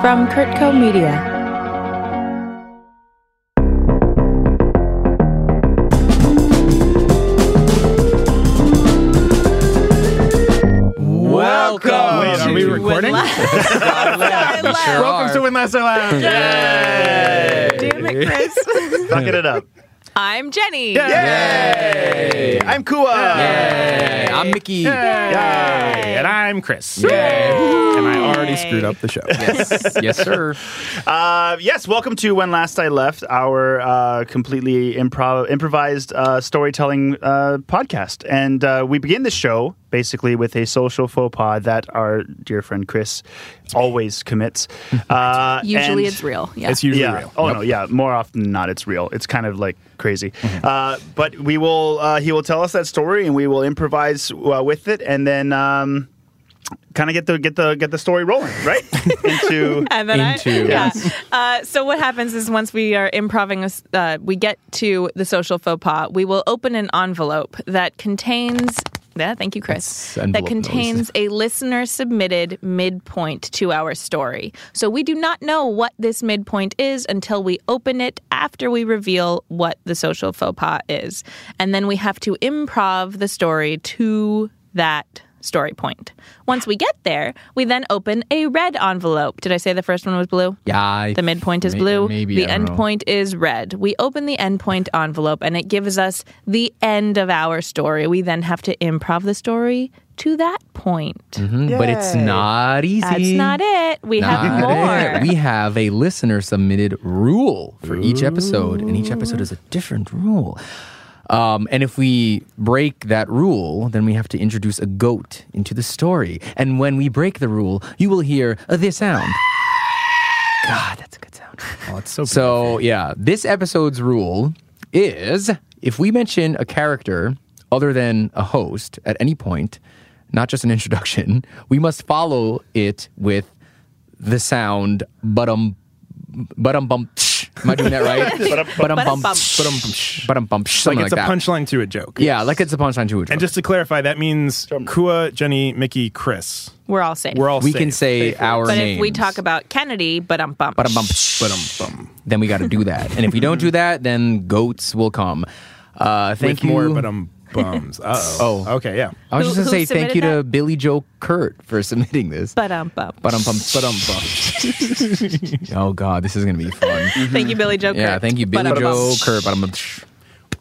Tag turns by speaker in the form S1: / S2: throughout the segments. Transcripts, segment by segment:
S1: From Kurtco Media.
S2: Welcome.
S3: Wait, are we
S2: to
S3: recording?
S2: When Last I Left.
S1: Last I
S2: Sure
S3: Welcome
S2: are.
S3: to When Last I Laughed. Yay!
S1: Damn it, Chris.
S3: Fucking it up.
S1: I'm Jenny.
S3: Yay! I'm Kua.
S2: Hey, I'm Mickey.
S3: Yay! And I'm Chris. And I already screwed up the show.
S2: Yes, yes, sir.
S4: Uh, yes, welcome to When Last I Left, our uh, completely improv- improvised uh, storytelling uh, podcast. And uh, we begin the show basically with a social faux pas that our dear friend Chris always commits. Uh,
S1: Usually
S4: and-
S1: it's real. Yeah.
S3: It's usually
S4: yeah.
S3: real.
S4: Oh no. Yeah. More often than not, it's real. It's kind of like crazy.
S3: Mm-hmm.
S4: Uh, but we will. Uh, he will tell us that story, and we will improvise uh, with it, and then um, kind of get the get the get the story rolling, right? Into
S5: and then
S3: Into-
S5: I, yeah. Uh, so what happens is once we are improvising, a s- uh, we get to the social faux pas. We will open an envelope that contains. Yeah, thank you, Chris.
S2: That's envelope
S5: That contains a listener submitted midpoint to our story. So we do not know what this midpoint is until we open it after we reveal what the social faux pas is. And then we have to improv the story to that story point. Once we get there, we then open a red envelope. Did I say the first one was blue?
S2: Yeah, I-
S5: The midpoint is
S2: may-
S5: blue.
S2: maybe,
S5: the
S2: I don't
S5: end
S2: know.
S5: point is red. We open the end point envelope and it gives us the end of our story. We then have to improv the story to that point.
S2: But it's not easy.
S5: That's not it. We have
S2: Mm-hmm. Not
S5: more.
S2: it. We have a listener submitted rule for each episode, and each episode is a different rule. Um, and if we break that rule, then we have to introduce a goat into the story. And when we break the rule, you will hear uh, this sound. God, that's a good sound.
S3: Oh, it's so,
S2: So, yeah, this episode's rule is if we mention a character other than a host at any point, not just an introduction, we must follow it with the sound but um but um bump. Am I doing that right? But um bump. But um bump.
S3: like
S2: Something
S3: it's
S2: like that.
S3: a punchline to a joke.
S2: Yeah, like it's a punchline to a
S3: And
S2: joke.
S3: just to clarify, that means Kua, Jenny, Mickey, Chris.
S5: We're all safe.
S3: We're all
S2: We
S3: safe.
S2: can say
S3: Safe.
S2: our
S5: but
S2: names.
S5: if we talk about Kennedy, but I'm bumped.
S2: but um bump.
S3: Ba-dum-bum.
S2: Then we got to do that. And if we don't do that, then goats will come. Uh, thank
S3: With
S2: you.
S3: more but um bums. Uh-oh.
S2: Oh.
S3: Okay, yeah.
S2: I was
S5: Who-
S2: just going
S5: who
S2: to say thank
S5: submitted
S2: you to
S5: that?
S2: Billy Joe Kurt for submitting this.
S5: But I'm bumped.
S2: But um, bum, but um, bum. oh God, this is gonna be fun.
S5: Thank you, Billy Joe.
S2: yeah,
S5: Kurt.
S2: thank you, Billy
S5: But I'm
S2: Joe
S5: bumped.
S2: Kurt. But um,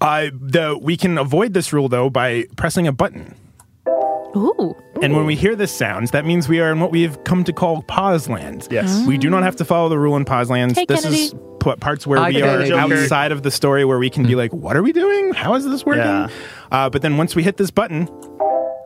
S3: Uh, the, we can avoid this rule, though, by pressing a button.
S5: Ooh.
S3: And when we hear this sound, that means we are in what we've come to call pause land.
S4: Yes.
S3: We do not have to follow the rule in pause lands.
S5: Hey,
S3: this is
S5: Kennedy.
S3: p- parts where
S2: Hi,
S3: we
S2: Kennedy.
S3: are
S4: Joker.
S3: outside of the story where we can
S2: Hmm.
S3: be like, what are we doing? How is this working?
S4: Yeah.
S3: Uh, but then once we hit this button,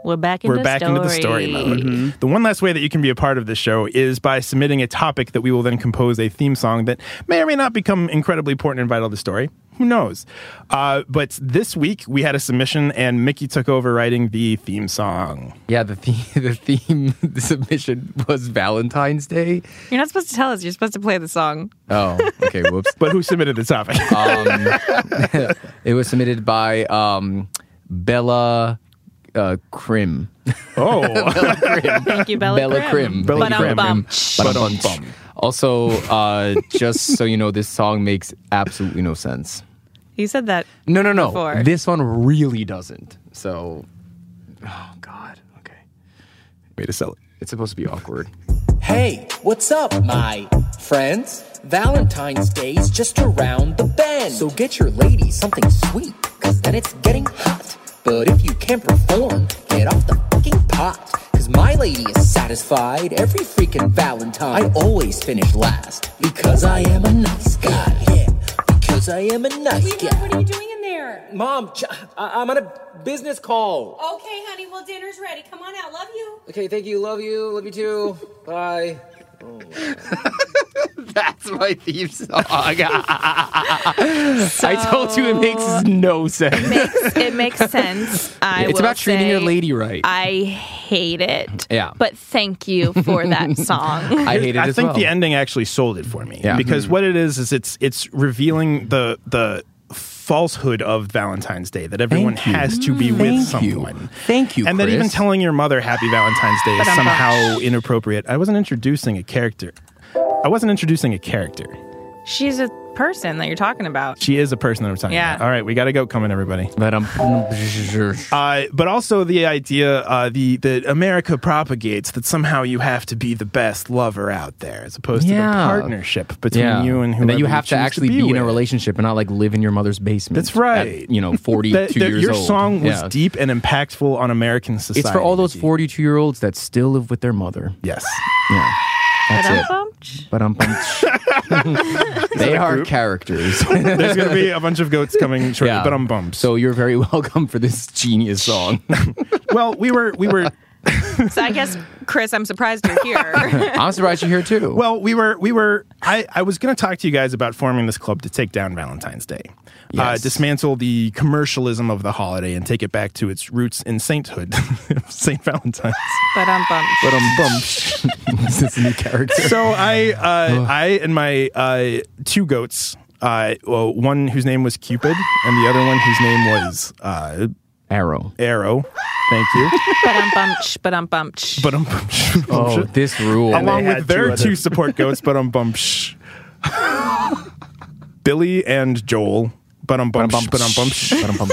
S5: We're back into
S3: we're back into the story Mm-hmm. mode.
S2: Mm-hmm.
S3: The one last way that you can be a part of this show is by submitting a topic that we will then compose a theme song that may or may not become incredibly important and vital to the story. Who knows? Uh, but this week we had a submission, and Mickey took over writing the theme song.
S2: yeah, the theme, the theme, the submission was Valentine's Day.
S5: You're not supposed to tell us. You're supposed to play the song.
S2: Oh, okay, whoops.
S3: But who submitted the topic?
S2: Um, it was submitted by um, Bella uh, Krim.
S3: oh.
S5: Thank you, Bella,
S2: Bella Krim.
S3: Bella Krim.
S5: Ba-dum-bum.
S2: Ba-dum-bum. Also, uh, just so you know, this song makes absolutely no sense.
S5: You said that.
S2: No, no, no.
S5: before.
S2: This one really doesn't. So, oh God. Okay.
S3: Way to sell it.
S2: It's supposed to be awkward.
S6: Hey, what's up, my friends? Valentine's Day's just around the bend. So get your lady something sweet, cause then it's getting hot. But if you can't perform, get off the fucking pot. Cause my lady is satisfied every freaking Valentine. I always finish last, because I am a nice guy. Yeah, because I am a nice
S7: Sweetheart,
S6: guy.
S7: what are you doing in there?
S6: Mom, ch- I- I'm on a business call.
S7: Okay, honey, well, dinner's ready. Come on out. Love you.
S6: Okay, thank you. Love you. Love you too. Bye.
S2: That's my theme song. I told you it makes no sense.
S5: It makes sense. I
S2: It's
S5: will
S2: about treating
S5: say
S2: your lady right. I,
S5: I hate it.
S2: Yeah.
S5: But thank you for that song.
S2: hate it
S3: I
S2: as
S3: think
S2: well.
S3: the ending actually sold it for me.
S2: Yeah.
S3: Because what it is is it's it's revealing the the falsehood of Valentine's Day that everyone
S2: Thank you. Hmm.
S3: has to be with
S2: Thank you.
S3: someone.
S2: Thank you,
S3: And that even
S2: Chris.
S3: telling your mother happy Valentine's Day is somehow inappropriate. I wasn't introducing a character. I wasn't introducing a character.
S5: She's a person that you're talking about.
S3: She is a person that I'm talking
S5: Yeah.
S3: about. All right, we got to go coming, everybody.
S2: But I'm.
S3: Uh, but also the idea uh, the that America propagates that somehow you have to be the best lover out there, as opposed
S2: Yeah.
S3: to the partnership between you and whoever
S2: then you have to
S3: choose
S2: actually be,
S3: be,
S2: in a
S3: with.
S2: relationship and not like live in your mother's basement.
S3: That's right.
S2: at, you know, forty-two
S3: That, that
S2: years
S3: your
S2: old.
S3: song was
S2: Yeah.
S3: deep and impactful on American society.
S2: It's for all those
S3: Nadine.
S2: forty-two-year-olds that still live with their mother.
S3: Yes.
S2: Yeah, that's it.
S5: Ba-dum-bum.
S2: But I'm. they are characters.
S3: There's going to be a bunch of goats coming shortly, but I'm bummed.
S2: So you're very welcome for this genius song.
S3: well, we were we were
S5: So I guess, Chris, I'm surprised you're here.
S2: I'm surprised you're here too.
S3: Well, we were we were I, I was going to talk to you guys about forming this club to take down Valentine's Day. Uh,
S2: Yes.
S3: dismantle the commercialism of the holiday and take it back to its roots in sainthood, Saint Valentine's.
S5: but I'm bummed.
S2: but I'm bummed. this is a new character.
S3: So I uh, I and my uh, two goats, uh, well, one whose name was Cupid and the other one whose name was uh,
S2: Arrow.
S3: Arrow. Thank you.
S5: But I'm bummed. But I'm bummed.
S3: But um,
S2: Oh, this rule.
S3: along
S4: they had
S3: with their
S4: two
S3: two,
S4: other-
S3: support goats, but um bump shh. Billy and Joel. But um bump but um bump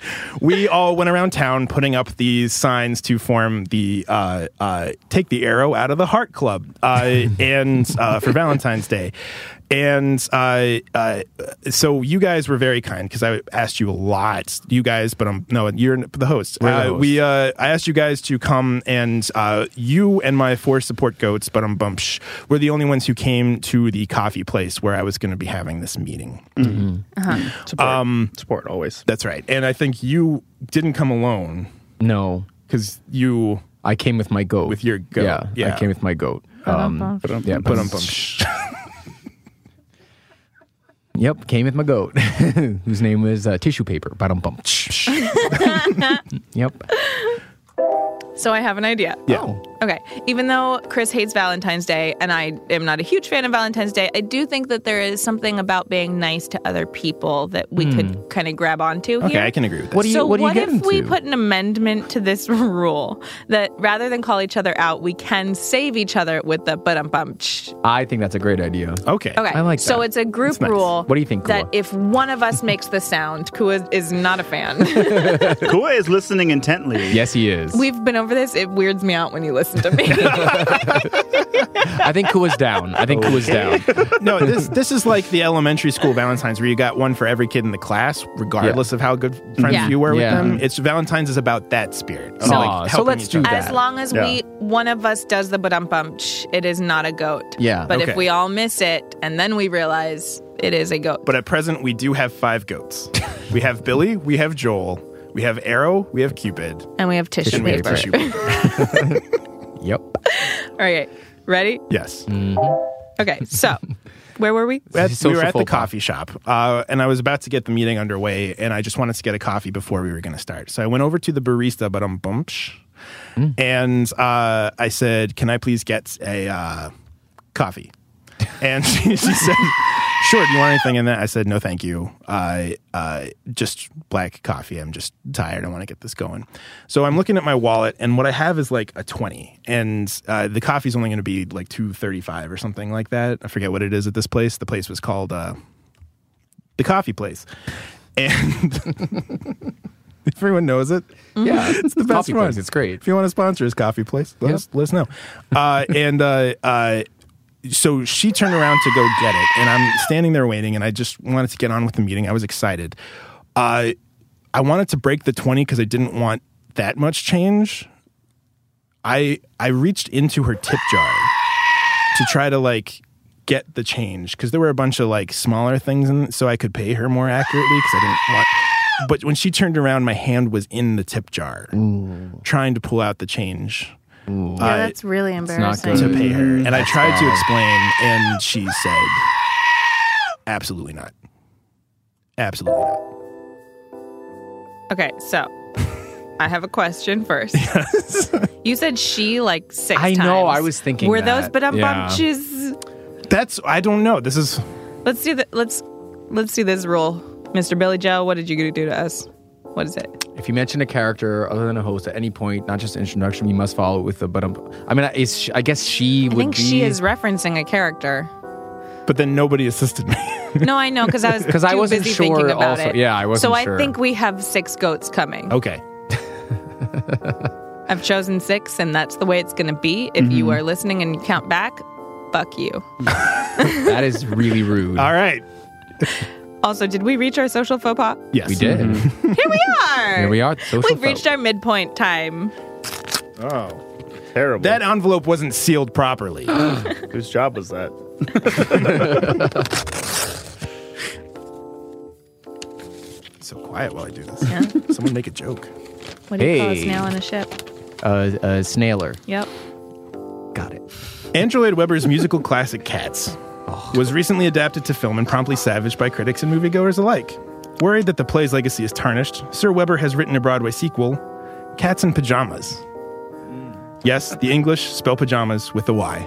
S3: We all went around town putting up these signs to form the uh, uh, take the arrow out of the heart club uh, and uh, for Valentine's Day. And uh, uh, so you guys were very kind because I asked you a lot. You guys, but I'm no, you're the host.
S2: the
S3: Uh,
S2: host.
S3: we uh, I asked you guys to come, and uh, you and my four support goats, but I'm bumpsh, were the only ones who came to the coffee place where I was going to be having this meeting.
S4: Support. Support always.
S3: That's right, and I think you didn't come alone
S2: no,
S3: because you.
S2: I came with my goat.
S3: With your goat,
S2: Yeah,
S3: yeah.
S2: I came with my goat. Um, yeah,
S3: But I'm
S2: um, Yep, came with my goat, whose name was uh, tissue paper. But bum. yep. Oh.
S5: So I have an idea. Oh.
S3: Yeah.
S5: Okay. Even though Chris hates Valentine's Day and I am not a huge fan of Valentine's Day, I do think that there is something about being nice to other people that we could kind of grab onto
S3: Hmm. Okay,
S5: here.
S3: I can agree with that.
S2: What do you?
S5: so
S2: what do you
S5: if
S2: get into?
S5: we put an amendment to this rule that rather than call each other out, we can save each other with the but um bum
S2: I think that's a great idea.
S3: Okay.
S5: Okay.
S2: I like
S5: So
S2: that.
S5: it's a group rule.
S2: What do you think,
S5: That
S2: Kua?
S5: if one of us makes the sound, Kua is not a fan.
S4: Kua is listening intently.
S2: Yes, he is.
S5: We've been over this. It weirds me out when you listen to me.
S2: I think Kua's down. I think Kua's down.
S3: no, this this is like the elementary school Valentine's where you got one for every kid in the class, regardless
S2: Yeah.
S3: of how good friends
S5: Yeah.
S3: you were
S2: Yeah.
S3: with them. It's Valentine's is about that spirit. of,
S2: So-
S3: like,
S2: Aw, so
S3: helping
S2: let's
S3: each
S2: do
S3: other.
S5: As
S2: that.
S5: long as
S4: Yeah.
S5: we one of us does the badum bumch, it is not a goat.
S2: Yeah.
S5: But
S3: Okay.
S5: if we all miss it and then we realize it is a goat.
S3: But at present, we do have five goats. we have Billy, we have Joel, we have Arrow, we have Cupid,
S5: and we have tissue,
S3: and we have
S5: paper.
S3: Tissue. Paper.
S2: Yep.
S5: Mm-hmm. Okay. Ready?
S3: yes.
S5: Okay. So where were we?
S3: At- we
S2: Social
S3: were at the
S2: faux pas.
S3: coffee shop, uh, and I was about to get the meeting underway, and I just wanted to get a coffee before we were going to start. So I went over to the barista, but I'm bumpsh, and uh, I said, "Can I please get a uh, coffee?" And she, she said, "Sure. Do you want anything in that?" I said, "No, thank you. I uh, just black coffee. I'm just tired. I want to get this going." So I'm looking at my wallet, and what I have is like a twenty, and uh, the coffee's only going to be like two thirty-five or something like that. I forget what it is at this place. The place was called uh, the Coffee Place, and everyone knows it.
S2: Yeah, it's
S3: The best
S2: coffee
S3: one.
S2: place. It's great.
S3: If you want to sponsor us, Coffee Place, let,
S2: Yep.
S3: us, let us know. Uh, and uh, uh, so she turned around to go get it, and I'm standing there waiting, and I just wanted to get on with the meeting. I was excited. Uh, I wanted to break the 20 because I didn't want that much change. I I reached into her tip jar to try to like get the change because there were a bunch of like smaller things in so I could pay her more accurately because I didn't want. But when she turned around, my hand was in the tip jar, trying to pull out the change
S5: yeah, that's really
S2: not
S5: embarrassing.
S2: good.
S3: to pay her, and I tried to
S2: bad.
S3: explain, and she said, "Absolutely not. Absolutely not."
S5: Okay, so I have a question first. You said she like six
S2: I
S5: times.
S2: know, I was thinking
S5: Were
S2: that.
S5: those badum
S2: Yeah.
S5: bumches?
S3: That's I don't know. This is
S5: Let's do the let's let's do this rule. Mr. Billy Joe, what did you do to us? What is it?
S2: If you mention a character other than a host at any point, not just an introduction, you must follow it with a but. Um, I mean, I- is she, I guess she
S5: I
S2: would
S5: think
S2: be
S5: she is referencing a character.
S3: But then nobody assisted me.
S5: No, I know because I was
S2: 'Cause I
S5: too
S2: wasn't
S5: busy
S2: sure
S5: thinking about
S2: also.
S5: it.
S2: Yeah, I wasn't
S5: So I
S2: sure. Oh.
S5: think we have six goats coming.
S3: okay.
S5: I've chosen six, and that's the way it's going to be. If you
S2: Mm-hmm.
S5: are listening and you count back, fuck you.
S2: That is really rude.
S3: All right.
S5: Also, did we reach our social faux pas?
S3: Yes.
S2: We did.
S5: Here we are.
S2: Here we are. Social
S5: Mm-hmm. We've
S2: faux.
S5: reached our midpoint time.
S4: Oh, terrible.
S3: That envelope wasn't sealed properly.
S4: Whose job was that?
S3: so quiet while I do this. Someone make a joke.
S5: What do you call a
S2: Hey.
S5: snail on a ship?
S2: Uh, uh, snailer.
S5: Yep.
S2: Got it.
S3: Andrew Lloyd Webber's musical classic Cats was recently adapted to film and promptly savaged by critics and moviegoers alike. Worried that the play's legacy is tarnished, Sir Webber has written a Broadway sequel, Cats in Pajamas. Yes, the English spell pajamas with a Y.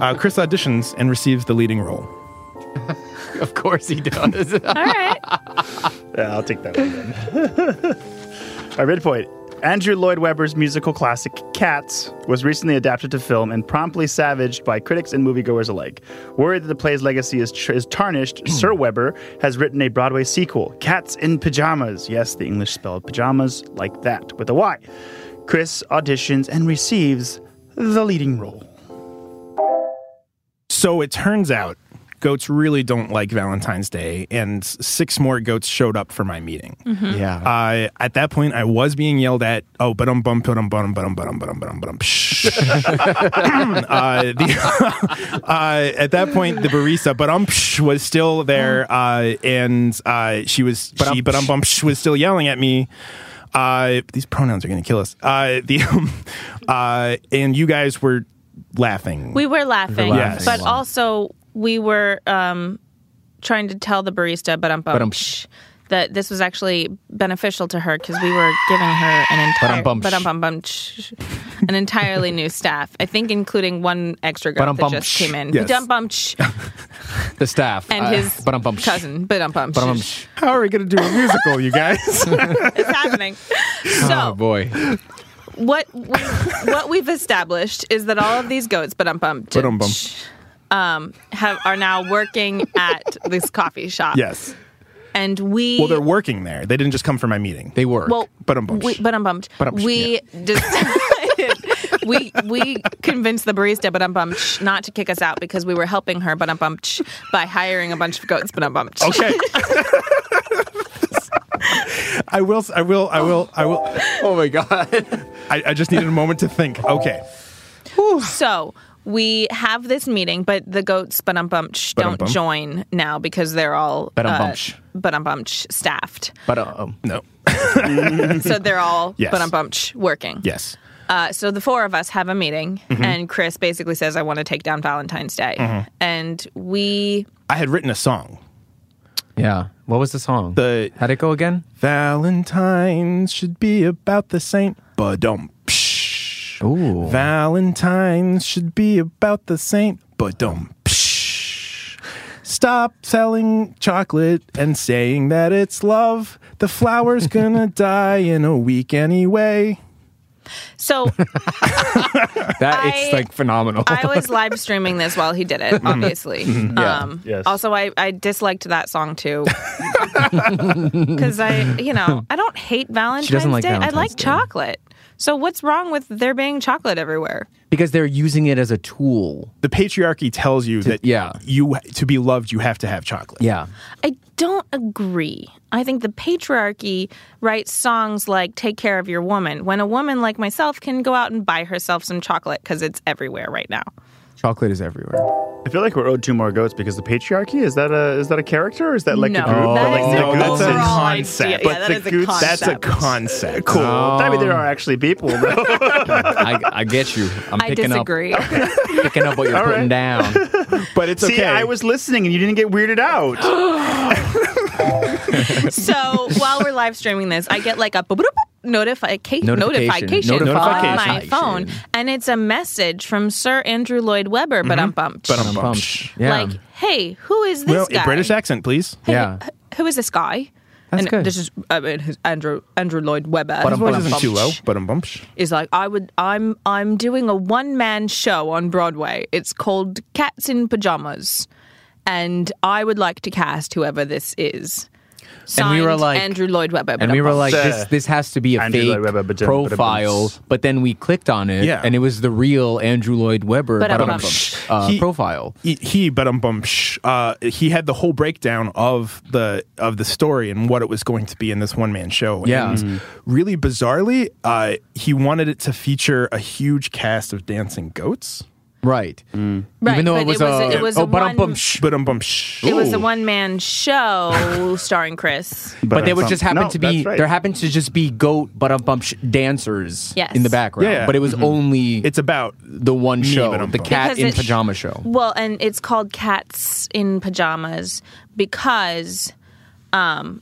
S3: Uh, Chris auditions and receives the leading role.
S2: Of course he does.
S5: All right.
S4: Yeah, I'll take that one then. Our midpoint. Andrew Lloyd Webber's musical classic Cats was recently adapted to film and promptly savaged by critics and moviegoers alike. Worried that the play's legacy is, tr- is tarnished, Sir Webber has written a Broadway sequel, Cats in Pajamas. Yes, the English spelled pajamas like that with a Y. Chris auditions and receives the leading role.
S3: So it turns out goats really don't like Valentine's Day, and six more goats showed up for my meeting.
S2: yeah.
S3: I Uh, at that point I was being yelled at. Oh, but um bum but um bum but um but um but um but um but um. Uh, At that point, the barista but um was still there, uh, and uh, she was she
S2: Ba-dum-psh.
S3: but um bum was still yelling at me. Uh, these pronouns are going to kill us. Uh, the um, uh, and you guys were laughing.
S5: We were laughing,
S2: Yes.
S5: but
S2: Yes.
S5: also we were um, trying to tell the barista, but um,
S2: Ba-dum-psh.
S5: that this was actually beneficial to her because we were giving her an entire
S2: Ba-dum-bum-sh.
S5: ba-dum-bum-bum-sh, an entirely new staff. I think including one extra girl that just
S2: Ba-dum-bum-sh.
S5: came in,
S3: Yes.
S5: Ba-dum-bum-sh,
S2: the staff.
S5: and
S2: Uh,
S5: his
S2: ba-dum-bum-sh.
S5: cousin, ba-dum-bum-sh.
S2: Ba-dum-bum-sh.
S3: How are we going to do a musical, you guys?
S5: It's happening. So
S2: Oh boy.
S5: what we, what we've established is that all of these goats, but um bum,
S3: Ba-dum-bum.
S5: um, have are now working at this coffee shop.
S3: yes.
S5: and we
S3: Well, they're working there. They didn't just come for my meeting.
S2: They were.
S5: well,
S3: Ba-dum-bum.
S5: we, but I'm bummed.
S3: Ba-dum-sh,
S5: We decided we we convinced the barista, but I'm bummed, not to kick us out because we were helping her, but I'm bummed, by hiring a bunch of goats, but I'm bummed.
S3: Okay. I will. I will. I will. I will.
S2: oh my god.
S3: I, I just needed a moment to think. Okay.
S5: So we have this meeting, but the goats, but um bumch, don't
S3: Ba-dum-bum.
S5: join now because they're all
S2: Ba-dum-bumch.
S5: but um bumch staffed.
S2: But um,
S3: No.
S5: so they're all
S3: Yes.
S5: but I'm bumped working.
S3: Yes.
S5: Uh, so the four of us have a meeting, and Chris basically says, "I want to take down Valentine's Day," and we
S3: I had written a song.
S2: yeah. What was the song?
S3: The-
S2: how'd it go again?
S3: Valentine's should be about the saint. Badum. psh.
S2: Ooh.
S3: Valentine's should be about the saint. Badum. psh. Stop selling chocolate and saying that it's love. The flower's gonna die in a week anyway.
S5: so
S2: That
S5: I-
S2: it's like phenomenal.
S5: I was live streaming this while he did it. Obviously, um,
S4: Yes.
S5: also I, I disliked that song too because I you know I don't hate Valentine's
S2: like
S5: Day. I
S2: Valentine's
S5: like
S2: Day.
S5: chocolate. So what's wrong with there being chocolate everywhere?
S2: because they're using it as a tool.
S3: the patriarchy tells you that
S2: yeah.
S3: you to be loved you have to have chocolate.
S2: Yeah.
S5: I don't agree. I think the patriarchy writes songs like Take Care of Your Woman when a woman like myself can go out and buy herself some chocolate because it's everywhere right now.
S2: Chocolate is everywhere.
S4: I feel like we're owed two more goats because the patriarchy is that a is that a character or is that like
S5: no,
S4: a group?
S5: that
S4: like
S5: is an
S4: the goats and-
S5: overall
S3: concept,
S5: idea.
S3: but
S5: Yeah, that
S4: the
S5: is a
S4: goods-
S5: concept.
S3: That's a concept.
S4: Cool. I
S2: Oh.
S4: mean, there are actually people, though.
S2: I, I get you. I'm
S5: I
S2: picking
S5: disagree.
S2: up picking up what you're putting down.
S3: But it's
S4: See,
S3: okay.
S4: I was listening and you didn't get weirded out.
S5: so while we're live streaming this, I get like a boop, boop, boop notification,
S2: Notification.
S5: notification, on my
S2: Notification.
S5: phone, and it's a message from Sir Andrew Lloyd Webber. But I'm bumped.
S3: But I'm
S2: Bump.
S3: bumped.
S2: Mm-hmm. Yeah.
S5: Like, hey, who is this
S3: Well,
S5: guy?
S3: a British accent, please.
S2: yeah.
S5: Who is this guy?
S2: That's
S5: and
S2: good.
S5: this is I mean, his Andrew Andrew Lloyd Webber
S2: His voice
S3: isn't too low, but um bumps.
S5: is like I would I'm I'm doing a one man show on Broadway. It's called Cats in Pajamas. And I would like to cast whoever this is.
S2: And we were
S5: Signed,
S2: like-
S5: Andrew Lloyd Webber.
S2: and we were like,
S4: Sir.
S2: this, this has to be a
S4: Andrew Lloyd
S2: fake
S4: Webber, ba-dum, ba-dum,
S2: profile.
S4: bums.
S2: But then we clicked on it,
S3: Yeah.
S2: and it was the real Andrew Lloyd Webber
S5: Ba-dum,
S2: ba-dum,
S5: bums.
S2: uh,
S3: He-
S2: profile.
S3: he, he but um bum sh- uh he had the whole breakdown of the of the story and what it was going to be in this one man show
S2: Yeah.
S3: and
S2: Mm.
S3: really bizarrely uh he wanted it to feature a huge cast of dancing goats
S2: Right.
S5: Right,
S2: Mm. Even though
S5: but
S2: it was,
S5: it was
S2: a,
S5: a- it was a
S2: oh, ba-dum,
S5: one-
S2: bumsh.
S3: but um bum sh-
S5: it was a one man show starring Chris.
S2: But they would just happen
S4: No,
S2: to be
S4: that's right.
S2: there happened to just be goat but um bumsh dancers
S5: Yes.
S2: in the background.
S3: Yeah. Mm-hmm.
S2: But it was only
S3: it's about
S2: the one show,
S3: but um,
S2: the
S3: bum.
S2: cat
S5: Because
S2: in
S5: it-
S2: pajama show.
S5: Well, and it's called Cats in Pajamas because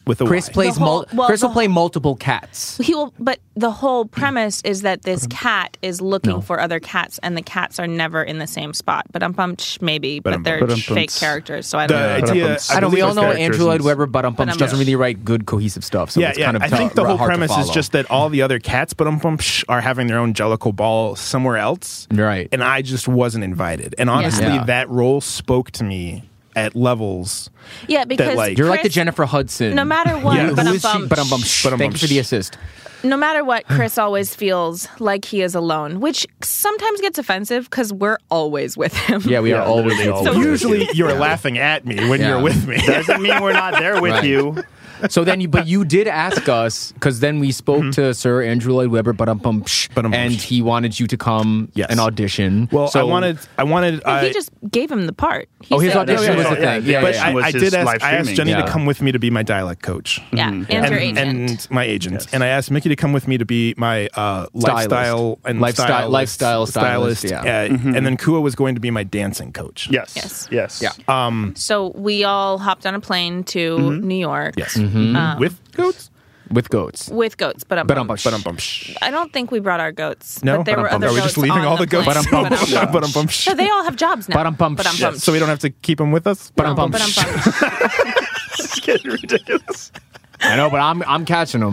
S3: with a
S2: Chris
S3: Y.
S2: plays
S5: The whole-
S2: mul-
S5: well,
S2: Chris
S5: the
S2: will play
S5: whole-
S2: multiple cats.
S5: he will but the whole premise is that this cat is looking for other cats and the cats are never in the same spot. But I'm pumped maybe, but, they're
S4: Ba-dum-bums.
S5: fake characters, so I
S3: the
S5: don't know.
S3: idea
S4: I
S2: I know we
S3: believe
S2: all
S3: those
S2: know
S3: characters
S2: Andrew Lloyd
S3: and-
S2: Webber, but um bumsh
S5: Ba-dum-bumsh.
S2: doesn't really write good cohesive stuff. So
S3: yeah,
S2: it's
S3: yeah.
S2: kind of
S3: I think
S2: tou-
S3: the whole
S2: hard to
S3: premise is
S2: follow.
S3: just that all the other cats, but um, bum, sh- are having their own Jellicle ball somewhere else,
S2: Right.
S3: And I just wasn't invited. And honestly,
S2: Yeah.
S3: that role spoke to me at levels.
S5: Yeah, because
S3: like-
S2: You're like the
S5: Chris-
S2: Jennifer Hudson.
S5: No matter what,
S3: Yeah.
S2: Who
S5: but, I'm
S2: is she?
S5: bummed.
S2: Ba-dum-bum. Thank you for the assist.
S5: no matter what, Chris always feels like he is alone, which sometimes gets offensive because we're always with him.
S2: Yeah, we
S4: Yeah,
S2: are always
S4: literally always.
S3: Usually, you're laughing at me when
S2: Yeah.
S3: you're with me.
S4: Doesn't mean we're not there with
S2: Right.
S4: you.
S2: So then, you, but you did ask us because then we spoke to Sir Andrew Lloyd Webber, but um, bum, psh,
S3: Ba-dum-bum,
S2: and
S3: psh.
S2: he wanted you to come
S3: Yes.
S2: and audition.
S3: well,
S2: so
S3: I wanted, I wanted.
S5: But
S3: I,
S5: he just gave him the part. He
S2: Oh, his
S5: said-
S2: audition
S3: yeah,
S2: was the
S3: yeah,
S2: thing. Yeah,
S4: yeah,
S2: yeah,
S3: but
S2: yeah.
S3: I,
S4: was
S3: I
S4: his
S3: did ask.
S4: live
S3: I asked
S4: streaming.
S3: Jenny
S2: Yeah.
S3: to come with me to be my dialect coach.
S5: Yeah, and your
S3: and,
S5: agent.
S3: and my agent. And I asked Mickey to come with me to be my uh, lifestyle and
S2: Lifestyle-
S3: stylist,
S2: lifestyle stylist, yeah. Mm-hmm.
S3: uh, And then Kua was going to be my dancing coach.
S4: Yes.
S5: Yes.
S4: Yes.
S2: Yeah.
S5: so we all hopped on a plane to New York
S3: Yes. with goats.
S2: with goats.
S5: with goats, but I'm
S2: Ba-dum-bum,
S5: bummed.
S2: sh-
S3: Bum, shh.
S5: I don't think we brought our goats.
S3: No,
S5: but there were
S3: Ba-dum-bum.
S5: other
S3: Are we
S5: goats
S3: just leaving
S5: on
S3: all the
S5: the
S3: goats?
S5: plane.
S3: Ba-dum-bum,
S5: Ba-dum-bum.
S3: shh, ba-dum-bum, shh.
S5: So they all have jobs now.
S2: Ba-dum-bum,
S5: But I'm
S2: shh.
S5: bummed.
S3: So we don't have to keep them with us.
S5: No,
S2: Ba-dum-bum,
S5: but I'm
S2: shh.
S5: bummed.
S4: It's getting ridiculous.
S2: I know, but I'm I'm catching them.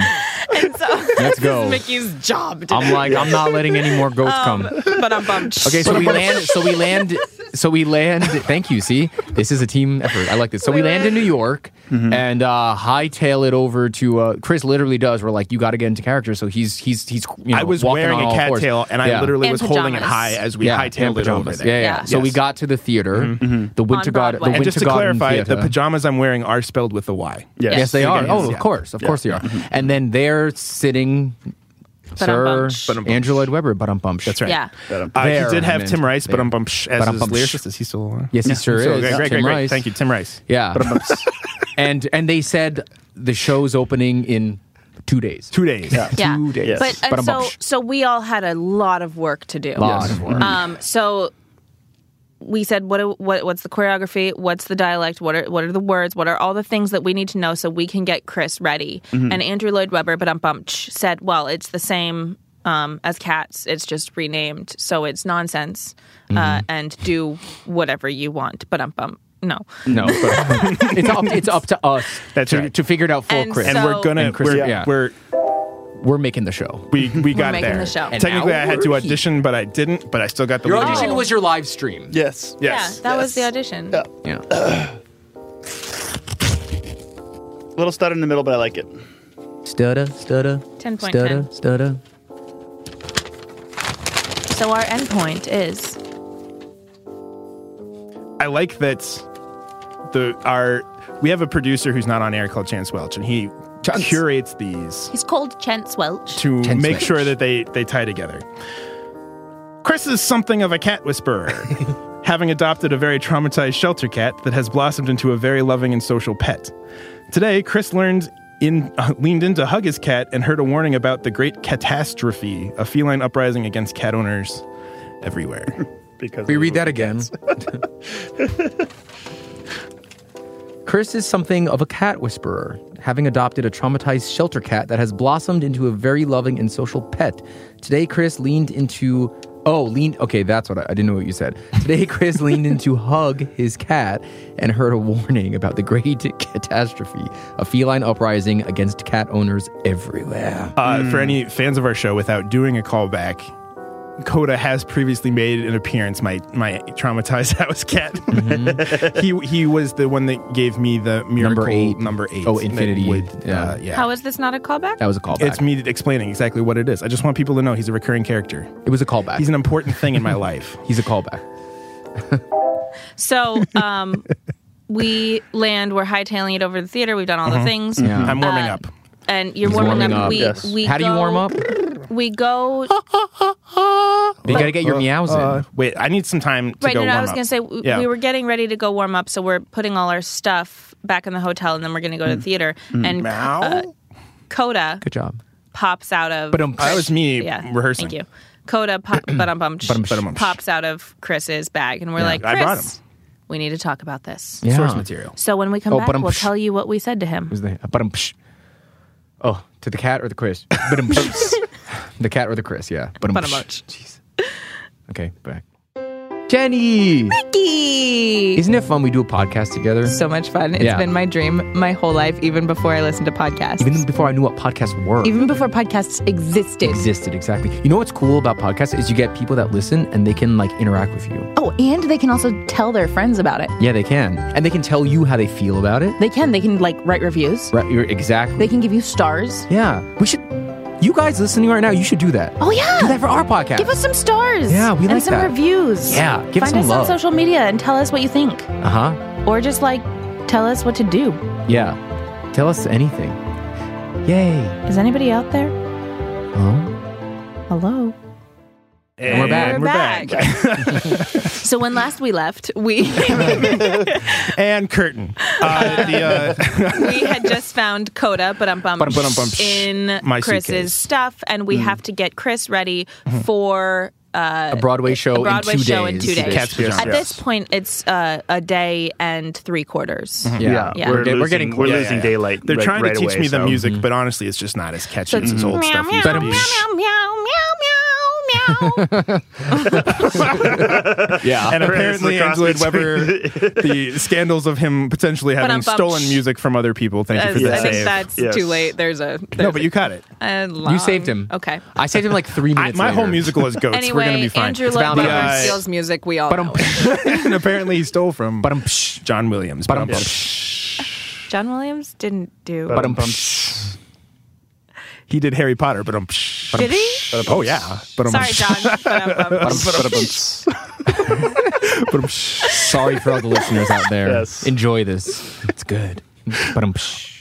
S2: Let's go.
S5: Mickey's job.
S2: I'm like I'm not letting any more goats come.
S5: but I'm bummed.
S2: Okay, so we land. So we land. So we land. Thank you. See, this is a team effort. I like this. So we, land in New York
S3: Mm-hmm.
S2: and uh, hightail it over to uh, Chris. Literally, does we're like, you got to get into character. So he's he's he's. You know,
S3: I was
S2: walking
S3: wearing
S2: on
S3: a
S2: all fours.
S3: cattail, and I
S2: Yeah.
S3: literally
S5: And
S3: was holding it
S5: pajamas.
S3: high as we
S2: yeah,
S3: hightailed
S2: and
S3: it over
S2: pajamas.
S3: there.
S2: Yeah, yeah. So we
S3: Yes. Mm-hmm.
S2: got to the theater, the Winter God, the
S5: Broadway.
S2: Winter
S3: And just to
S2: Garden
S3: clarify, the
S2: Theater.
S3: pajamas I'm wearing are spelled with a Y.
S2: Yes, they
S4: You're
S2: are.
S4: getting
S2: Oh,
S4: it.
S2: of course, of course they are.
S3: Mm-hmm.
S2: And then they're sitting, Sir
S5: Ba-dum-bumsh.
S2: Andrew Lloyd Webber, but That's
S3: right.
S5: Yeah.
S3: Uh,
S2: There,
S3: he did
S2: I
S3: have
S2: meant.
S3: Tim Rice,
S2: There.
S3: but um, bum, sh- as his
S2: Ba-dum-bum, sh-
S3: lyricist. Is he still alive?
S2: Yes, he sure
S3: So,
S2: is.
S3: Great, great,
S2: Tim
S3: great, great.
S2: Rice.
S3: Thank you, Tim Rice.
S2: Yeah. and and they said the show's opening in two days.
S3: Two days. Yeah.
S5: yeah.
S2: Two days.
S5: But and so
S2: Ba-dum-bum.
S5: so we all had a lot of work to do.
S2: Lot of work.
S5: Um, so we said, what, do- what what's the choreography? What's the dialect? What are what are the words? What are all the things that we need to know so we can get Chris ready?
S3: Mm-hmm.
S5: And Andrew Lloyd Webber, but um, said, well, it's the same um, as Cats. It's just renamed, so it's nonsense. Uh,
S3: Mm-hmm.
S5: and do whatever you want, but um, no.
S2: No, but it's up. It's up to us.
S3: That's
S2: to,
S3: right.
S2: to figure it out for
S5: And
S2: Chris.
S3: And
S5: So-
S3: we're gonna
S2: And Chris-
S3: we're,
S2: yeah.
S3: we're
S2: we're making the show.
S3: we we got
S5: making
S3: there.
S5: the show. And
S3: Technically,
S2: now
S3: I had to
S2: we're here.
S3: audition, but I didn't. But I still got the
S2: Your
S3: lead
S2: audition
S3: role.
S2: was your live stream.
S4: Yes.
S3: Yes.
S5: Yeah, that was the audition.
S2: Yeah.
S4: Little stutter in the middle, but I like it.
S2: Stutter, stutter,
S5: 10.10.
S2: stutter, stutter.
S5: So our endpoint is
S3: I like that the our we have a producer who's not on air called Chance Welch, and he
S2: Chance.
S3: curates these
S5: he's called Chance Welch.
S3: to
S2: Chance
S3: make
S2: Welch.
S3: sure that they they tie together. Chris is something of a cat whisperer, having adopted a very traumatized shelter cat that has blossomed into a very loving and social pet. Today, Chris learned in uh, leaned in to hug his cat and heard a warning about the great catastrophe, a feline uprising against cat owners everywhere.
S4: Because
S2: We read that again. Chris is something of a cat whisperer, having adopted a traumatized shelter cat that has blossomed into a very loving and social pet. Today, Chris leaned into Oh, leaned. Okay, that's what I, I didn't know what you said. Today, Chris leaned in to hug his cat and heard a warning about the great catastrophe a feline uprising against cat owners everywhere.
S3: Uh, For any fans of our show, without doing a callback, Coda has previously made an appearance. My my traumatized house cat. he he was the one that gave me the miracle
S2: eight.
S3: Mm-hmm. number eight.
S2: Oh,
S3: that
S2: Infinity
S3: would,
S2: Eight, yeah.
S3: uh, yeah.
S5: How is this not a callback?
S2: That was a callback.
S3: it's me explaining exactly what it is. I just want people to know he's a recurring character.
S2: it was a callback.
S3: He's an important thing in my life.
S2: He's a callback.
S5: So um, we land. We're hightailing it over the theater. We've done all
S3: Mm-hmm.
S5: the things.
S2: Yeah.
S3: I'm warming
S5: Uh,
S3: up.
S5: And you're
S2: He's
S5: warming,
S2: warming
S5: up.
S2: up,
S5: We,
S4: yes.
S5: we
S2: How do you
S5: go-
S2: warm up?
S5: We go.
S2: You gotta get your meows in.
S3: Uh, wait, I need some time to
S5: right.
S3: go
S5: No, no, I
S3: warm
S5: was
S3: up.
S5: gonna say we,
S3: Yeah.
S5: we were getting ready to go warm up, so we're putting all our stuff back in the hotel, and then we're gonna
S3: Mm.
S5: go to the theater. And
S3: Meow?
S5: uh, Coda
S2: Good job.
S5: pops out of.
S2: But um,
S3: that was me
S5: yeah,
S3: rehearsing.
S5: Thank you. Coda pop,
S3: Ba-dum-bum.
S5: pops out of Chris's bag, and we're like,
S3: I brought
S5: Chris, we need to talk about this.
S2: yeah.
S3: Source material.
S5: So when we come
S2: Oh,
S5: back,
S2: ba-dum-psh.
S5: we'll tell you what we said to him.
S2: Was the but um, psh. Oh, to the cat or the Chris? But um, psh. the cat or the Chris? Yeah. But um,
S5: Ba-dum-psh.
S2: psh. Jeez. Okay, back. Jenny, isn't it fun? We do a podcast together.
S1: So much fun. It's
S2: Yeah.
S1: been my dream my whole life, even before I listened to podcasts.
S2: Even before I knew what podcasts were.
S1: Even before podcasts existed.
S2: existed exactly. You know what's cool about podcasts is you get people that listen and they can like interact with you.
S1: oh, and they can also tell their friends about it.
S2: Yeah, they can, and they can tell you how they feel about it.
S1: They can. They can like write reviews.
S2: Right, you're exactly.
S1: They can give you stars.
S2: yeah, we should. You guys listening right now, you should do that.
S1: Oh yeah.
S2: do that for our podcast.
S1: Give us some stars.
S2: Yeah, we
S1: and
S2: like
S1: some
S2: that.
S1: reviews.
S2: Yeah, give
S1: Find
S2: some
S1: us on
S2: love.
S1: social media and tell us what you think,
S2: uh huh.
S1: or just like tell us what to do.
S2: Yeah. Tell us anything. Yay.
S1: Is anybody out there?
S2: Huh?
S1: Hello.
S3: And we're back.
S5: We're so when last we left, we
S3: And curtain. Uh, the, uh,
S5: we had just found Coda, but I'm
S3: Ba-dum-ba-dum-bum.
S5: in
S3: My
S5: Chris's
S3: suitcase. Mm-hmm.
S5: stuff, and we have to get Chris ready for uh,
S2: A Broadway show
S5: a Broadway
S2: in two
S5: show
S2: days.
S5: in two days.
S3: Cat's pajamas.
S5: At this point, it's uh, a day and three quarters.
S3: Mm-hmm.
S2: Yeah.
S5: Yeah.
S2: We're,
S5: We're
S2: get-
S4: losing,
S2: we're getting
S4: we're
S2: close.
S3: Yeah,
S4: losing
S3: yeah, yeah.
S4: daylight.
S3: They're
S4: like,
S3: trying
S4: right
S3: to teach
S4: away,
S3: me the
S4: so.
S3: music, but honestly, it's just not as catchy as his old
S5: meow,
S3: stuff.
S5: meow,
S3: used to
S5: meow,
S3: be.
S5: meow, meow, meow, meow.
S2: Yeah.
S3: And apparently,
S4: It's the
S3: Android
S4: cross
S3: Weber, the scandals of him potentially having
S5: Ba-dum-bum.
S3: stolen music from other people. Thank you
S5: As-
S3: for
S5: Uh, I
S3: that
S5: think
S3: save.
S5: that's
S4: Yes.
S5: too late. There's a
S3: no, but you caught it.
S5: a
S2: you
S5: long-
S2: saved him.
S5: Okay.
S2: I saved him like three
S3: I,
S2: minutes.
S3: my whole
S2: later.
S3: musical is goats. We're gonna
S5: Anyway,
S3: be fine.
S5: Andrew
S2: It's about
S5: Lloyd Webber
S3: that.
S5: steals music. We all
S2: But um,
S5: know.
S3: and apparently, he stole from
S2: but um, psh,
S3: John Williams.
S2: but um,
S3: Ba-dum-bum.
S5: John Williams didn't do.
S2: but um,
S3: He did Harry Potter. But um,
S5: did he?
S3: oh yeah. But
S5: Sorry, John. Ba-dum-bum.
S2: Sorry for all the listeners out there.
S4: Yes.
S2: Enjoy this. It's good. But um,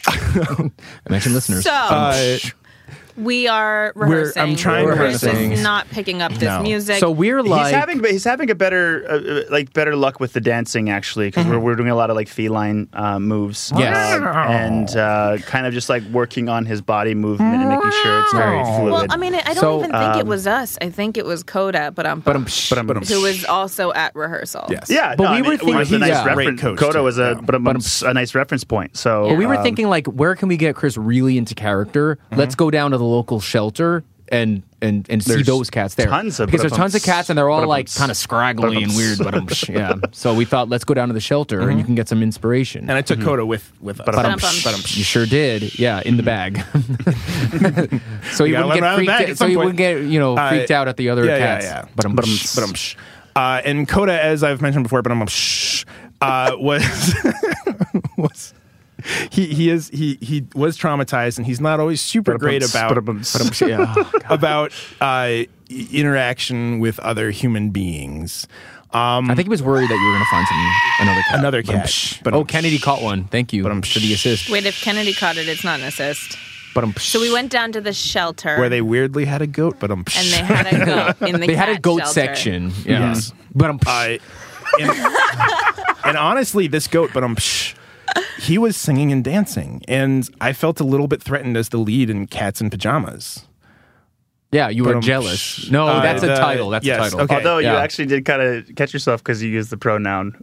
S2: I mentioned listeners.
S5: So
S3: Uh,
S5: we are
S3: we're-
S5: rehearsing.
S3: I'm trying
S2: to
S5: Chris
S2: rehearsing.
S5: is not picking up this
S3: No.
S5: music.
S2: so we're
S4: He's
S2: like
S4: having, but he's having a better, uh, uh, like better luck with the dancing actually, because we're, we're doing a lot of like feline uh, moves,
S2: Mm-hmm. Yes.
S4: uh, and uh, kind of just like working on his body movement and making sure it's very fluid.
S5: well, I mean, I don't
S2: So,
S5: even think
S3: um,
S5: it was us. I think it was Coda, but I'm
S2: but um, but um,
S5: who was also at rehearsal.
S3: Yes.
S4: yeah,
S2: but
S4: no,
S2: we
S4: I mean,
S2: were
S4: it was
S2: thinking-
S4: a nice
S2: yeah.
S3: Great
S4: reference.
S3: coach,
S4: Coda
S3: too.
S4: was a,
S3: Yeah.
S4: but a, a nice reference point. So um,
S2: But we
S3: Um,
S2: were thinking like, where can we get Chris really into character?
S3: Mm-hmm.
S2: Let's go down to the local shelter and and and see
S4: There's
S2: those cats there.
S4: tons of
S2: because there's tons of
S4: ba-dum-ts,
S2: cats and they're all like
S4: ba-dum-ts,
S2: kind of scraggly and weird. But yeah, so we thought let's go down to the shelter and you can get some inspiration.
S3: Mm-hmm. And I took Coda with with us.
S5: Ba-dum-bum.
S2: you sure did, yeah, in the bag. so you
S3: Mm-hmm. gotta let
S2: wouldn't
S3: him out
S2: get
S3: of the
S2: freaked.
S3: bag
S2: Out, so
S3: at some
S2: you
S3: point.
S2: wouldn't get you know
S3: Uh,
S2: freaked out at the other
S3: yeah, yeah,
S2: cats.
S3: yeah.
S2: But
S3: Ba-dum-sh, ba-dum-sh. Uh, and Coda, as I've mentioned before, but I'm uh, was was he he is he he was traumatized and he's not always super great about
S2: yeah.
S3: about uh, interaction with other human beings. Um,
S2: I think he was worried that you were going to find some another cat.
S3: Another cat.
S2: Ba-dum-sh.
S3: Ba-dum-sh.
S2: Oh, Kennedy caught one. Thank you
S3: Ba-dum-sh.
S2: for the assist.
S5: Wait, if Kennedy caught it, it's not an assist.
S2: Ba-dum-sh.
S5: So we went down to the shelter
S3: where they weirdly had a goat, but um,
S5: and they had a goat in the
S2: they had a
S5: cat
S2: goat
S5: shelter.
S2: section. Yeah.
S3: Yes.
S2: But um,
S3: I and, and honestly, this goat, but um, psh, he was singing and dancing, and I felt a little bit threatened as the lead in Cats in Pajamas.
S2: yeah, you were
S3: um,
S2: jealous. No,
S3: uh,
S2: that's a
S3: the-
S2: title. That's
S3: yes,
S2: a title.
S3: okay.
S4: although you
S2: yeah.
S4: actually did kind of catch yourself because you used the pronoun.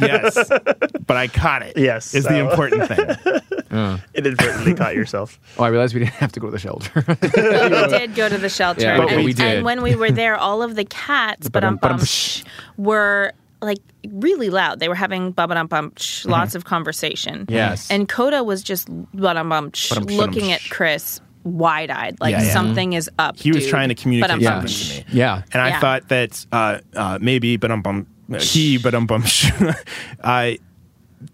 S3: Yes, but I caught it.
S4: Yes,
S3: is
S4: so-
S3: the important thing.
S4: Inadvertently caught yourself.
S2: Oh, I realized we didn't have to go to the shelter.
S5: we did go to the shelter.
S2: Yeah,
S5: and,
S2: but we did.
S5: and when we were there, all of the cats, but um
S2: Ba-dum-ba-dum,
S5: were like really loud. They were having bum bum lots of conversation.
S2: Mm-hmm. Yes.
S5: And Coda was just bum bum looking at Chris wide eyed, like
S3: Yeah, yeah.
S5: something is up.
S3: He was
S5: dude.
S3: trying to communicate
S5: Ba-dum-bum,
S3: something
S5: shh.
S3: to me.
S2: yeah.
S3: And I
S5: Yeah.
S3: thought that uh, uh, maybe, but um, bum, he, but um, bum, sh- I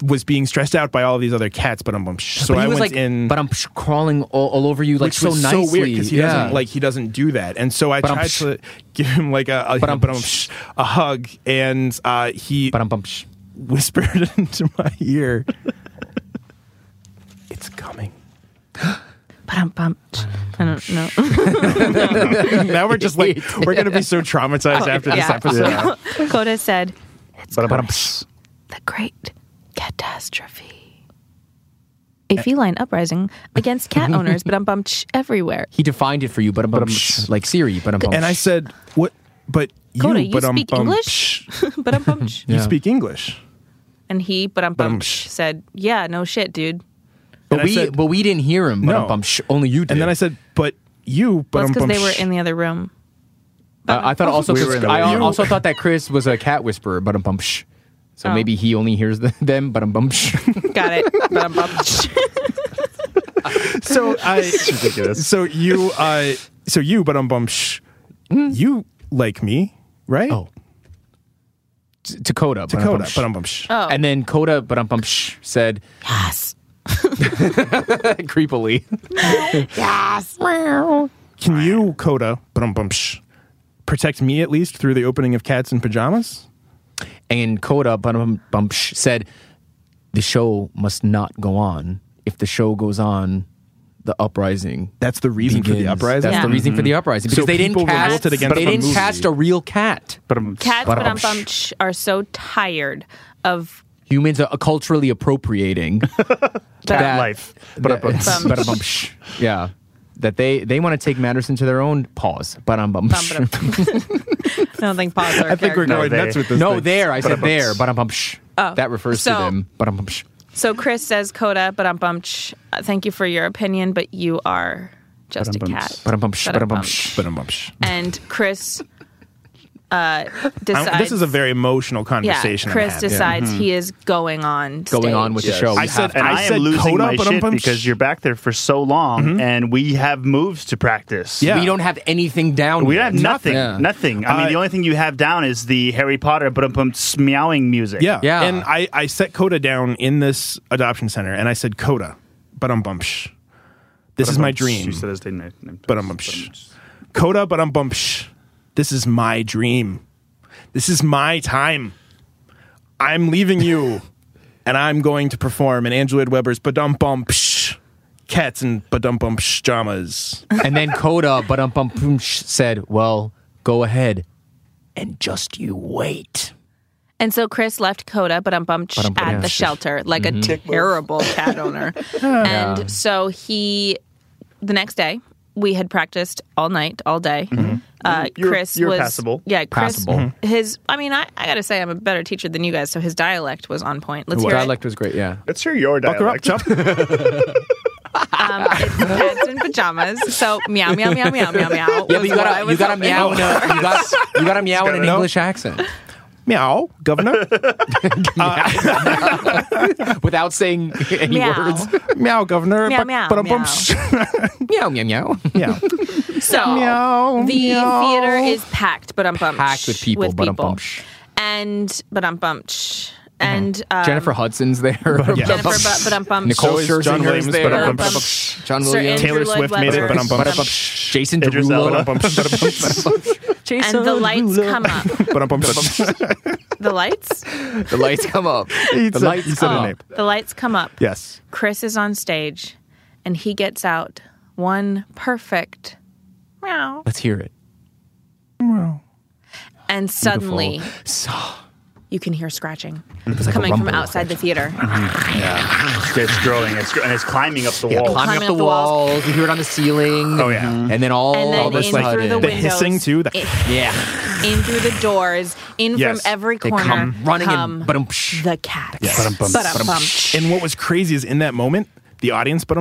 S3: was being stressed out by all of these other cats, but um, bum, sh- so
S2: but he
S3: I
S2: was
S3: went
S2: like,
S3: in.
S2: but I'm crawling all, all over you like
S3: which
S2: so
S3: was
S2: nicely.
S3: so weird because he
S2: yeah.
S3: doesn't like he doesn't do that, and so I
S2: But um,
S3: tried
S2: sh-
S3: to give him like a a,
S2: But um,
S3: but um, sh- a hug, and uh, he
S2: But I'm bumpsh.
S3: whispered into my ear, "It's coming."
S5: Ba-dum-bum, shh. I don't know.
S3: now we're just like we're gonna be so
S2: Oh,
S3: traumatized after this
S5: yeah.
S3: episode.
S5: Coda said,
S4: Ba-dum-ba-dum-psh.
S5: the great catastrophe. A feline uprising against cat owners, but I'm bumped everywhere.
S2: He defined it for you, but I'm bumpsh. Like Siri, but I'm bumpsh.
S3: And I said, "What?" But you,
S5: Coda, you,
S3: but um,
S5: speak
S3: um,
S5: English? but I'm bumped.
S3: You
S2: Yeah.
S3: speak English.
S5: And he, but I'm bumped,
S3: Bumpsh.
S5: said, yeah, no shit, dude.
S2: but
S3: and I
S2: we
S3: said-
S2: but we didn't hear him. But
S3: No.
S2: I'm bumpsh. Only you did.
S3: And then I said, "But you, but
S5: Well, it's
S3: um,
S5: because they
S3: bum-
S5: were
S3: sh-
S5: in the other room.
S2: Uh, I thought also.
S3: We were in the
S2: I
S3: room.
S2: also thought that Chris was a cat whisperer, but I'm bumpsh. So
S5: Oh.
S2: maybe he only hears the, them, but I'm bumpsh.
S5: Got it. But I'm bumped.
S3: so I ridiculous. So you, uh, so you, but um, bum, sh- you like me, right?
S2: Hmm? Oh. T- Dakota, but
S3: Coda,
S2: bumpsh.
S3: but um, bum, sh-
S5: Oh.
S2: And then Coda, but I'm bumpsh said
S5: yes.
S2: creepily.
S3: Can you, Coda, but um, bum, sh- protect me at least through the opening of Cats in Pajamas?
S2: And Coda Bum Bum sh- said, "The show must not go on. If the show goes on, the uprising."
S3: That's the reason for the
S2: begins."
S3: uprising. Mm-hmm.
S2: That's
S5: Yeah.
S2: the reason for the uprising because
S3: So
S2: they didn't
S3: people
S2: cast.
S3: revolted against
S2: They
S3: the
S2: didn't
S3: movie.
S2: cast a real cat.
S4: Ba-dum-psh.
S5: Cats, but I'm
S2: Ba-dum-psh.
S5: bumped, are so tired of
S2: Humans are culturally appropriating
S4: Cat life.
S2: that-
S4: Ba-dum-psh.
S2: Ba-dum-bum-sh. Yeah, that they they want to take matters into their own paws. But I'm bum.
S5: bum, but I'm- I don't think paws are a
S3: I think we're
S5: character.
S3: going
S4: they-
S3: nuts with this.
S2: No,
S3: thing.
S2: there. I said
S4: Ba-dum-bum-sh.
S2: there. But I'm bum. That refers to
S5: So-
S2: them. But I'm bum.
S5: So Chris says, Coda, but I'm bumped. Thank you for your opinion, but you are just a
S4: Ba-dum-bums.
S5: cat.
S2: But I'm bum. But I'm bum.
S5: Ba-dum-bum-sh.
S3: But um, bum, sh-
S5: and Chris uh,
S3: I'm-
S5: decides.
S3: this is a very emotional
S5: yeah.
S3: conversation. I'm
S5: Chris
S3: having.
S5: decides he is going on.
S2: Going on with the
S5: stage.
S2: show. We
S3: I
S2: have
S3: said,
S4: And I,
S3: I, said,
S4: am losing
S3: Coda,
S4: my
S3: but um,
S4: shit
S3: bum, sh- Mm-hmm.
S4: because you're back there for so long, and we have moves to practice.
S3: Yeah.
S2: We don't have anything down.
S4: We
S2: yet.
S4: have nothing.
S2: Yeah.
S4: Nothing. I mean,
S3: Uh,
S4: the only thing you have down is the Harry Potter but um meowing music.
S3: Yeah.
S2: Yeah.
S3: And I, I set Coda down in this adoption center and I said, Coda, but um bumpsh. This is my dream.
S4: She said his name. name-
S3: But um bumpsh. Coda, but um bumpsh. This is my dream. This is my time. I'm leaving you and I'm going to perform in Android Weber's Badum Bumpsh Cats and Badum Bumpsh Jamas.
S2: And then Coda, but um, bum, boom, sh- said, "Well, go ahead, and just you wait."
S5: And so Chris left Coda, but I'm bumped
S2: But I'm
S5: at the
S2: bumped.
S5: shelter like
S2: Mm-hmm.
S5: a terrible cat owner. and
S2: Yeah.
S5: so he, the next day, we had practiced all night, all day. Uh,
S4: Mm-hmm. You're-
S5: Chris
S4: you're
S5: was
S4: passable. Mm-hmm.
S5: Yeah, Chris.
S2: Mm-hmm. Passable. Mhm.
S5: His, I mean, I, I got to say, I'm a better teacher than you guys, so his dialect was on point. Let's hear
S2: Dialect was great. Yeah.
S4: Let's hear your
S3: Buck her up,
S4: dialect.
S3: chump.
S5: it. Um, it's cats in pajamas. So meow, meow, meow, meow, meow, meow.
S2: Yeah, but
S5: was
S2: you
S5: what I
S2: gotta you
S5: was
S2: gotta
S5: hoping.
S2: meow in a you got you gotta meow in an
S3: No.
S2: English accent
S3: Meow, governor.
S2: without saying any
S5: Meow.
S2: words.
S3: meow, governor.
S5: Meow,
S3: but-
S5: meow,
S3: But um bumpsh.
S2: Meow meow meow.
S3: Yeah.
S5: So
S3: Meow,
S5: the
S3: meow.
S5: theater is packed, but I'm bumped
S2: Packed with people, but I'm bumped.
S5: and but I'm bumped, and um,
S2: Jennifer Hudson's there.
S3: yeah.
S5: Jennifer, but, but I'm bumped.
S2: Nicole
S3: So is John
S2: Scherzinger's
S3: Williams,
S2: there.
S3: but
S5: I'm bumped.
S2: John
S5: Sir
S2: Williams.
S5: Andrew
S3: Taylor
S5: Lloyd
S3: Swift made it,
S5: Webber.
S3: but I'm
S2: But I'm
S3: bumped.
S2: bumped. Jason
S4: Idris
S2: Derulo.
S4: Elba.
S5: and the lights come up. The lights,
S2: The lights come up.
S3: He
S2: The
S3: said-
S2: lights
S3: he said
S2: come
S3: her
S2: up.
S3: name.
S5: the lights come up.
S3: Yes.
S5: Chris is on stage, and he gets out one perfect meow,
S2: Let's hear it.
S5: and suddenly
S2: So,
S5: you can hear scratching coming from
S2: rumble.
S5: outside the theater.
S4: It's growing. It's gr- and it's climbing up the
S2: yeah,
S5: Oh.
S4: wall.
S2: climbing, up the,
S5: walls.
S2: walls. You hear it on the ceiling.
S3: Oh, yeah.
S2: And then all,
S5: and
S2: all
S5: then
S2: this
S5: in
S2: like,
S5: through the
S3: The
S5: windows,
S3: hissing, too, the-
S5: in,
S2: yeah,
S5: in through the doors, in
S3: Yes.
S5: from every
S2: they
S5: corner,
S2: come running
S5: come
S2: in. But
S5: the cats.
S3: And what was crazy is in that moment, the audience but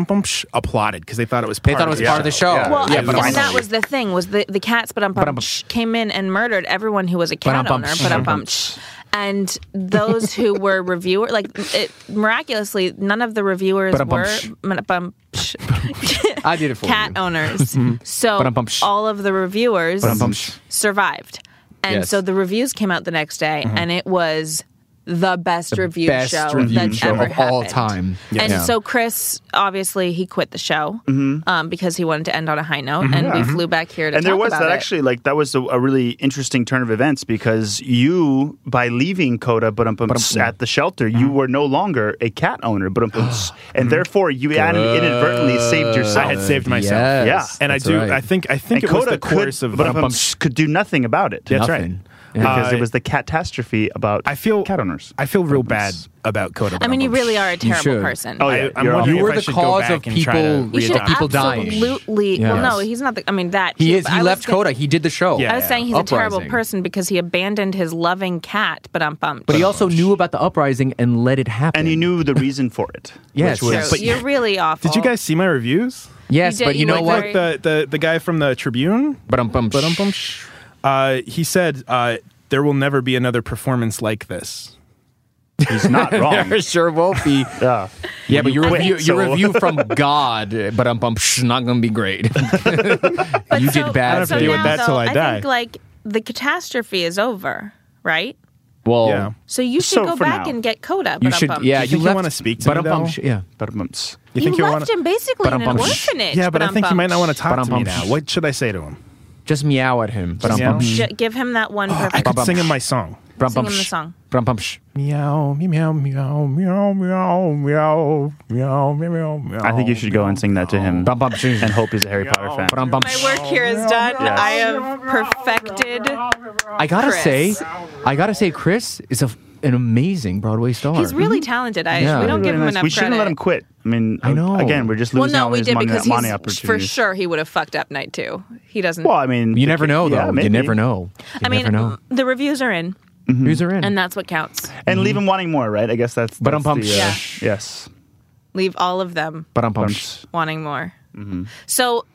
S3: applauded because they thought it was part
S2: They thought it was part of the show.
S4: Yeah.
S5: Well,
S2: Yeah,
S5: and,
S2: but
S5: and that
S2: I'm-
S5: was the thing was the, the cats but um
S2: Ba-dum-bumsh.
S5: came in and murdered everyone who was a cat owner
S2: Ba-dum-bumsh.
S5: but um and those who were reviewer like it, miraculously none of the reviewers were
S2: Ba-dum-bumsh.
S5: ba-dum-bumsh,
S2: I did it for
S5: cat
S2: you. Mm-hmm.
S5: owners. so
S2: Ba-dum-bumsh.
S5: all of the reviewers
S2: Ba-dum-bumsh.
S5: survived. And
S2: Yes. Mm-hmm.
S5: so the reviews came out the next day and it was the best review
S2: best
S5: show
S2: review
S5: that's
S2: show
S5: ever
S2: of all
S5: happened.
S2: time.
S5: And
S2: Yeah. Mm-hmm.
S5: so Chris, obviously, he quit the show um, because he wanted to end on a high note, and we flew back here to
S4: and there
S5: talk
S4: was
S5: about
S4: that
S5: it.
S4: actually like that was a, a really interesting turn of events because you by leaving Coda but at the shelter you
S3: Mm-hmm.
S4: were no longer a cat owner but and therefore you had inadvertently saved yourself
S3: I had saved myself.
S2: Yes,
S4: Yeah.
S3: and I
S2: that's
S3: do.
S2: right.
S3: I think. I think
S4: and
S3: it was
S4: Coda
S3: the course
S4: could,
S3: of.
S4: Ba-dum-bums could do nothing about it
S3: That's
S2: Nothing.
S3: right.
S4: because
S3: Uh,
S4: it was the catastrophe about
S3: I feel
S4: cat owners
S3: I feel real bad about Coda.
S5: I mean, you really are a terrible
S2: should.
S5: person.
S4: Oh,
S3: I,
S4: yeah,
S3: am
S4: you're
S3: wondering
S4: awful.
S2: You were
S3: if I
S2: the
S3: should go
S2: cause
S3: back
S2: of
S3: and try
S2: people-
S3: to
S5: you should
S2: Yeah,
S3: readapt.
S2: people dying.
S5: absolutely.
S2: Yes.
S5: Well, no, he's not. The, I mean, that
S2: He
S5: too,
S2: is.
S5: but
S2: He
S5: I was
S2: left
S5: gonna-
S2: Coda. He did the show.
S3: Yeah.
S5: I was saying he's a terrible
S2: Uprising.
S5: person because he abandoned his loving cat, but um, bum.
S2: But he also knew about the uprising and let it happen.
S4: and you knew the reason for it
S2: Yes.
S4: which was
S5: So you're really awful.
S3: Did you guys see my reviews?
S2: Yes,
S5: You did-
S2: but you,
S5: you
S2: know
S5: went
S2: what?
S5: very-
S3: The the the guy from the Tribune.
S2: Ba-dum-bum.
S3: Uh, he said uh, there will never be another performance like this.
S4: he's not wrong
S2: There sure won't be.
S4: yeah
S2: Yeah, but your
S4: quit,
S2: review, your
S4: so-
S2: review from God, but um, bump, shh, not gonna be great. you
S5: so,
S2: did
S3: I
S2: bad.
S3: don't
S5: So
S3: deal with
S5: now,
S3: that
S5: though,
S3: till I die.
S5: think like the catastrophe is over, right?
S2: well,
S3: Yeah.
S5: So you
S4: So
S5: should go
S4: for
S5: back
S4: now.
S5: and get Coda.
S2: you
S5: but um,
S2: should.
S5: bum.
S2: Yeah,
S3: Do you think you
S2: left-
S3: wanna speak to me,
S2: but um, bum,
S3: though?
S2: shh, Yeah,
S4: Ba-dum-bums.
S3: You,
S5: You,
S3: think you
S5: left
S3: wanna-
S5: him basically in an
S2: Ba-dum-bum.
S5: orphanage.
S3: Yeah, but I think
S5: um,
S3: he might not
S5: bum.
S3: want to talk to me
S2: Ba-dum-bum.
S3: now. What should I say to him?
S2: just meow at him. But um,
S3: meow.
S2: bump, shh,
S5: Ju- Give him that one
S3: I
S5: perfect.
S3: could
S2: Ba-bum-sh.
S3: sing him my song.
S2: but um,
S5: Sing
S2: bump,
S5: him the
S2: shh,
S5: song.
S2: but um, bump, shh.
S3: Meow, meow, meow, meow, meow, meow, meow, meow, meow.
S4: I think you should go and sing that to him
S2: Bum, bum, shoo.
S4: and hope he's a Harry Potter fan
S2: But um, bump,
S5: My
S2: shh.
S5: work here is done.
S4: Yes.
S5: I have perfected.
S2: I gotta
S5: Chris.
S2: say, I gotta say, Chris is a, an amazing Broadway star.
S5: He's really talented. I
S2: Yeah.
S5: we don't
S4: Really
S5: give him
S4: nice.
S5: enough
S4: We shouldn't
S5: credit.
S4: let him quit. I mean,
S2: I know.
S4: Again, we're just
S5: Well,
S4: losing
S5: no,
S4: all
S5: we
S4: his
S5: did
S4: money,
S5: because
S4: money
S5: he's for
S4: opportunities.
S5: sure he would have fucked up night two. He doesn't.
S4: Well, I mean,
S2: You never know, though.
S4: Yeah,
S2: you
S4: maybe.
S2: never know. You
S5: I mean,
S2: never know.
S5: the reviews are in,
S3: mm-hmm.
S2: News are in.
S5: and that's what counts.
S4: And leave him wanting more, right? I guess that's.
S2: But
S4: that's
S2: I'm pumped.
S4: the, uh,
S5: Yeah.
S4: Yes.
S5: Leave all of them
S2: but um, bump, shh.
S4: Bumps.
S5: wanting more.
S2: Mm-hmm.
S5: So,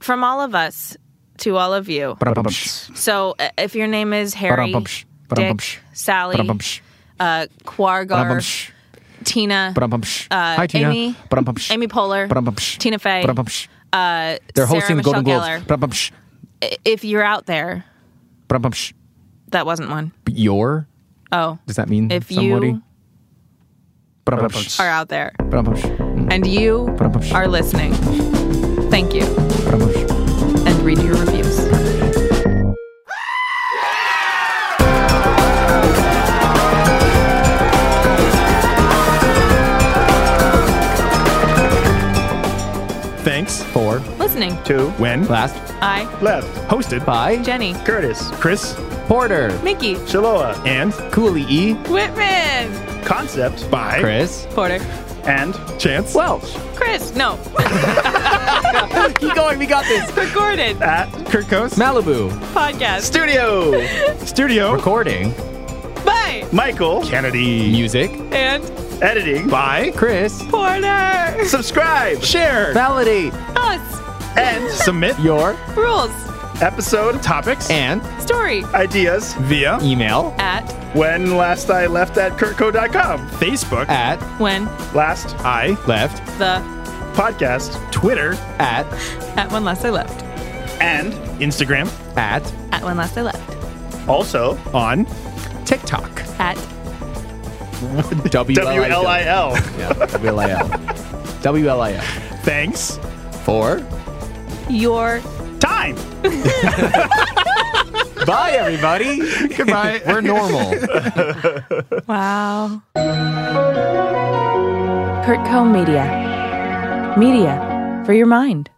S5: from all of us to all of you.
S2: But um, bump, shh.
S4: Bumps.
S5: So, uh, if your name is Harry,
S2: Ba-dum-bum-sh.
S5: Dick,
S2: Ba-dum-bum-sh.
S5: Sally,
S2: But um, bump, shh.
S5: uh,
S2: But um, bump,
S5: Quargar,
S2: shh.
S5: Tina,
S2: But um, bump, shh.
S5: uh,
S2: Hi, Tina.
S5: Amy-
S2: But um, bump, shh.
S5: Amy Poehler,
S2: Ba-dum-bum-sh.
S5: Tina Fey,
S2: Ba-dum-bum-sh.
S5: uh,
S2: They're
S5: Sarah
S2: hosting the
S5: Michelle
S2: Golden Globes.
S5: Gellar.
S2: Ba-dum-bum-sh.
S5: I- If you're out there,
S2: Ba-dum-bum-sh.
S5: that wasn't one.
S2: Your?
S5: Oh,
S2: Does that mean
S5: If
S2: somebody?
S5: you
S2: Ba-dum-bum-sh.
S5: are out there
S2: Ba-dum-bum-sh.
S5: and you
S2: Ba-dum-bum-sh.
S5: are listening, thank you,
S2: Ba-dum-bum-sh.
S5: and read your reviews.
S3: Thanks.
S2: Four.
S5: Listening,
S4: Two.
S3: When
S2: Last.
S5: I,
S4: Left.
S3: hosted by
S2: By.
S5: Jenny,
S4: Curtis.
S3: Chris
S2: Porter.
S5: Mickey,
S4: Shiloa.
S3: and
S2: Cooley E.
S5: Whitman,
S4: Concept.
S3: by
S2: Chris.
S5: Porter,
S4: And.
S3: Chance.
S2: Welsh.
S5: Chris, no,
S2: Keep going. We got this.
S5: recorded
S4: At.
S3: Kirkos
S2: Malibu.
S5: podcast.
S4: Studio.
S3: Studio
S2: Recording.
S5: Bye,
S4: Michael.
S3: Kennedy
S2: Music.
S5: and
S4: Editing.
S3: by
S2: Chris.
S5: Porter,
S4: Subscribe.
S3: share
S2: Validate
S5: us,
S4: And.
S3: submit
S2: your
S5: rules,
S4: Episode.
S3: topics
S2: and
S5: story
S4: Ideas.
S3: via
S2: email
S5: at
S4: When last I left at Kirkco.com.
S3: Facebook
S2: at
S5: when
S4: Last
S3: I
S2: left
S5: the
S4: podcast.
S3: Twitter
S2: at
S5: at when last I left
S4: And
S3: Instagram
S2: at
S5: at when last I left
S4: also
S3: on
S2: TikTok.
S5: at
S4: W L I L.
S2: WLIL. WLIL.
S3: thanks
S2: Four.
S5: your
S4: Time.
S2: Bye, everybody. Goodbye. We're normal.
S5: wow Kurtco Media Media for your mind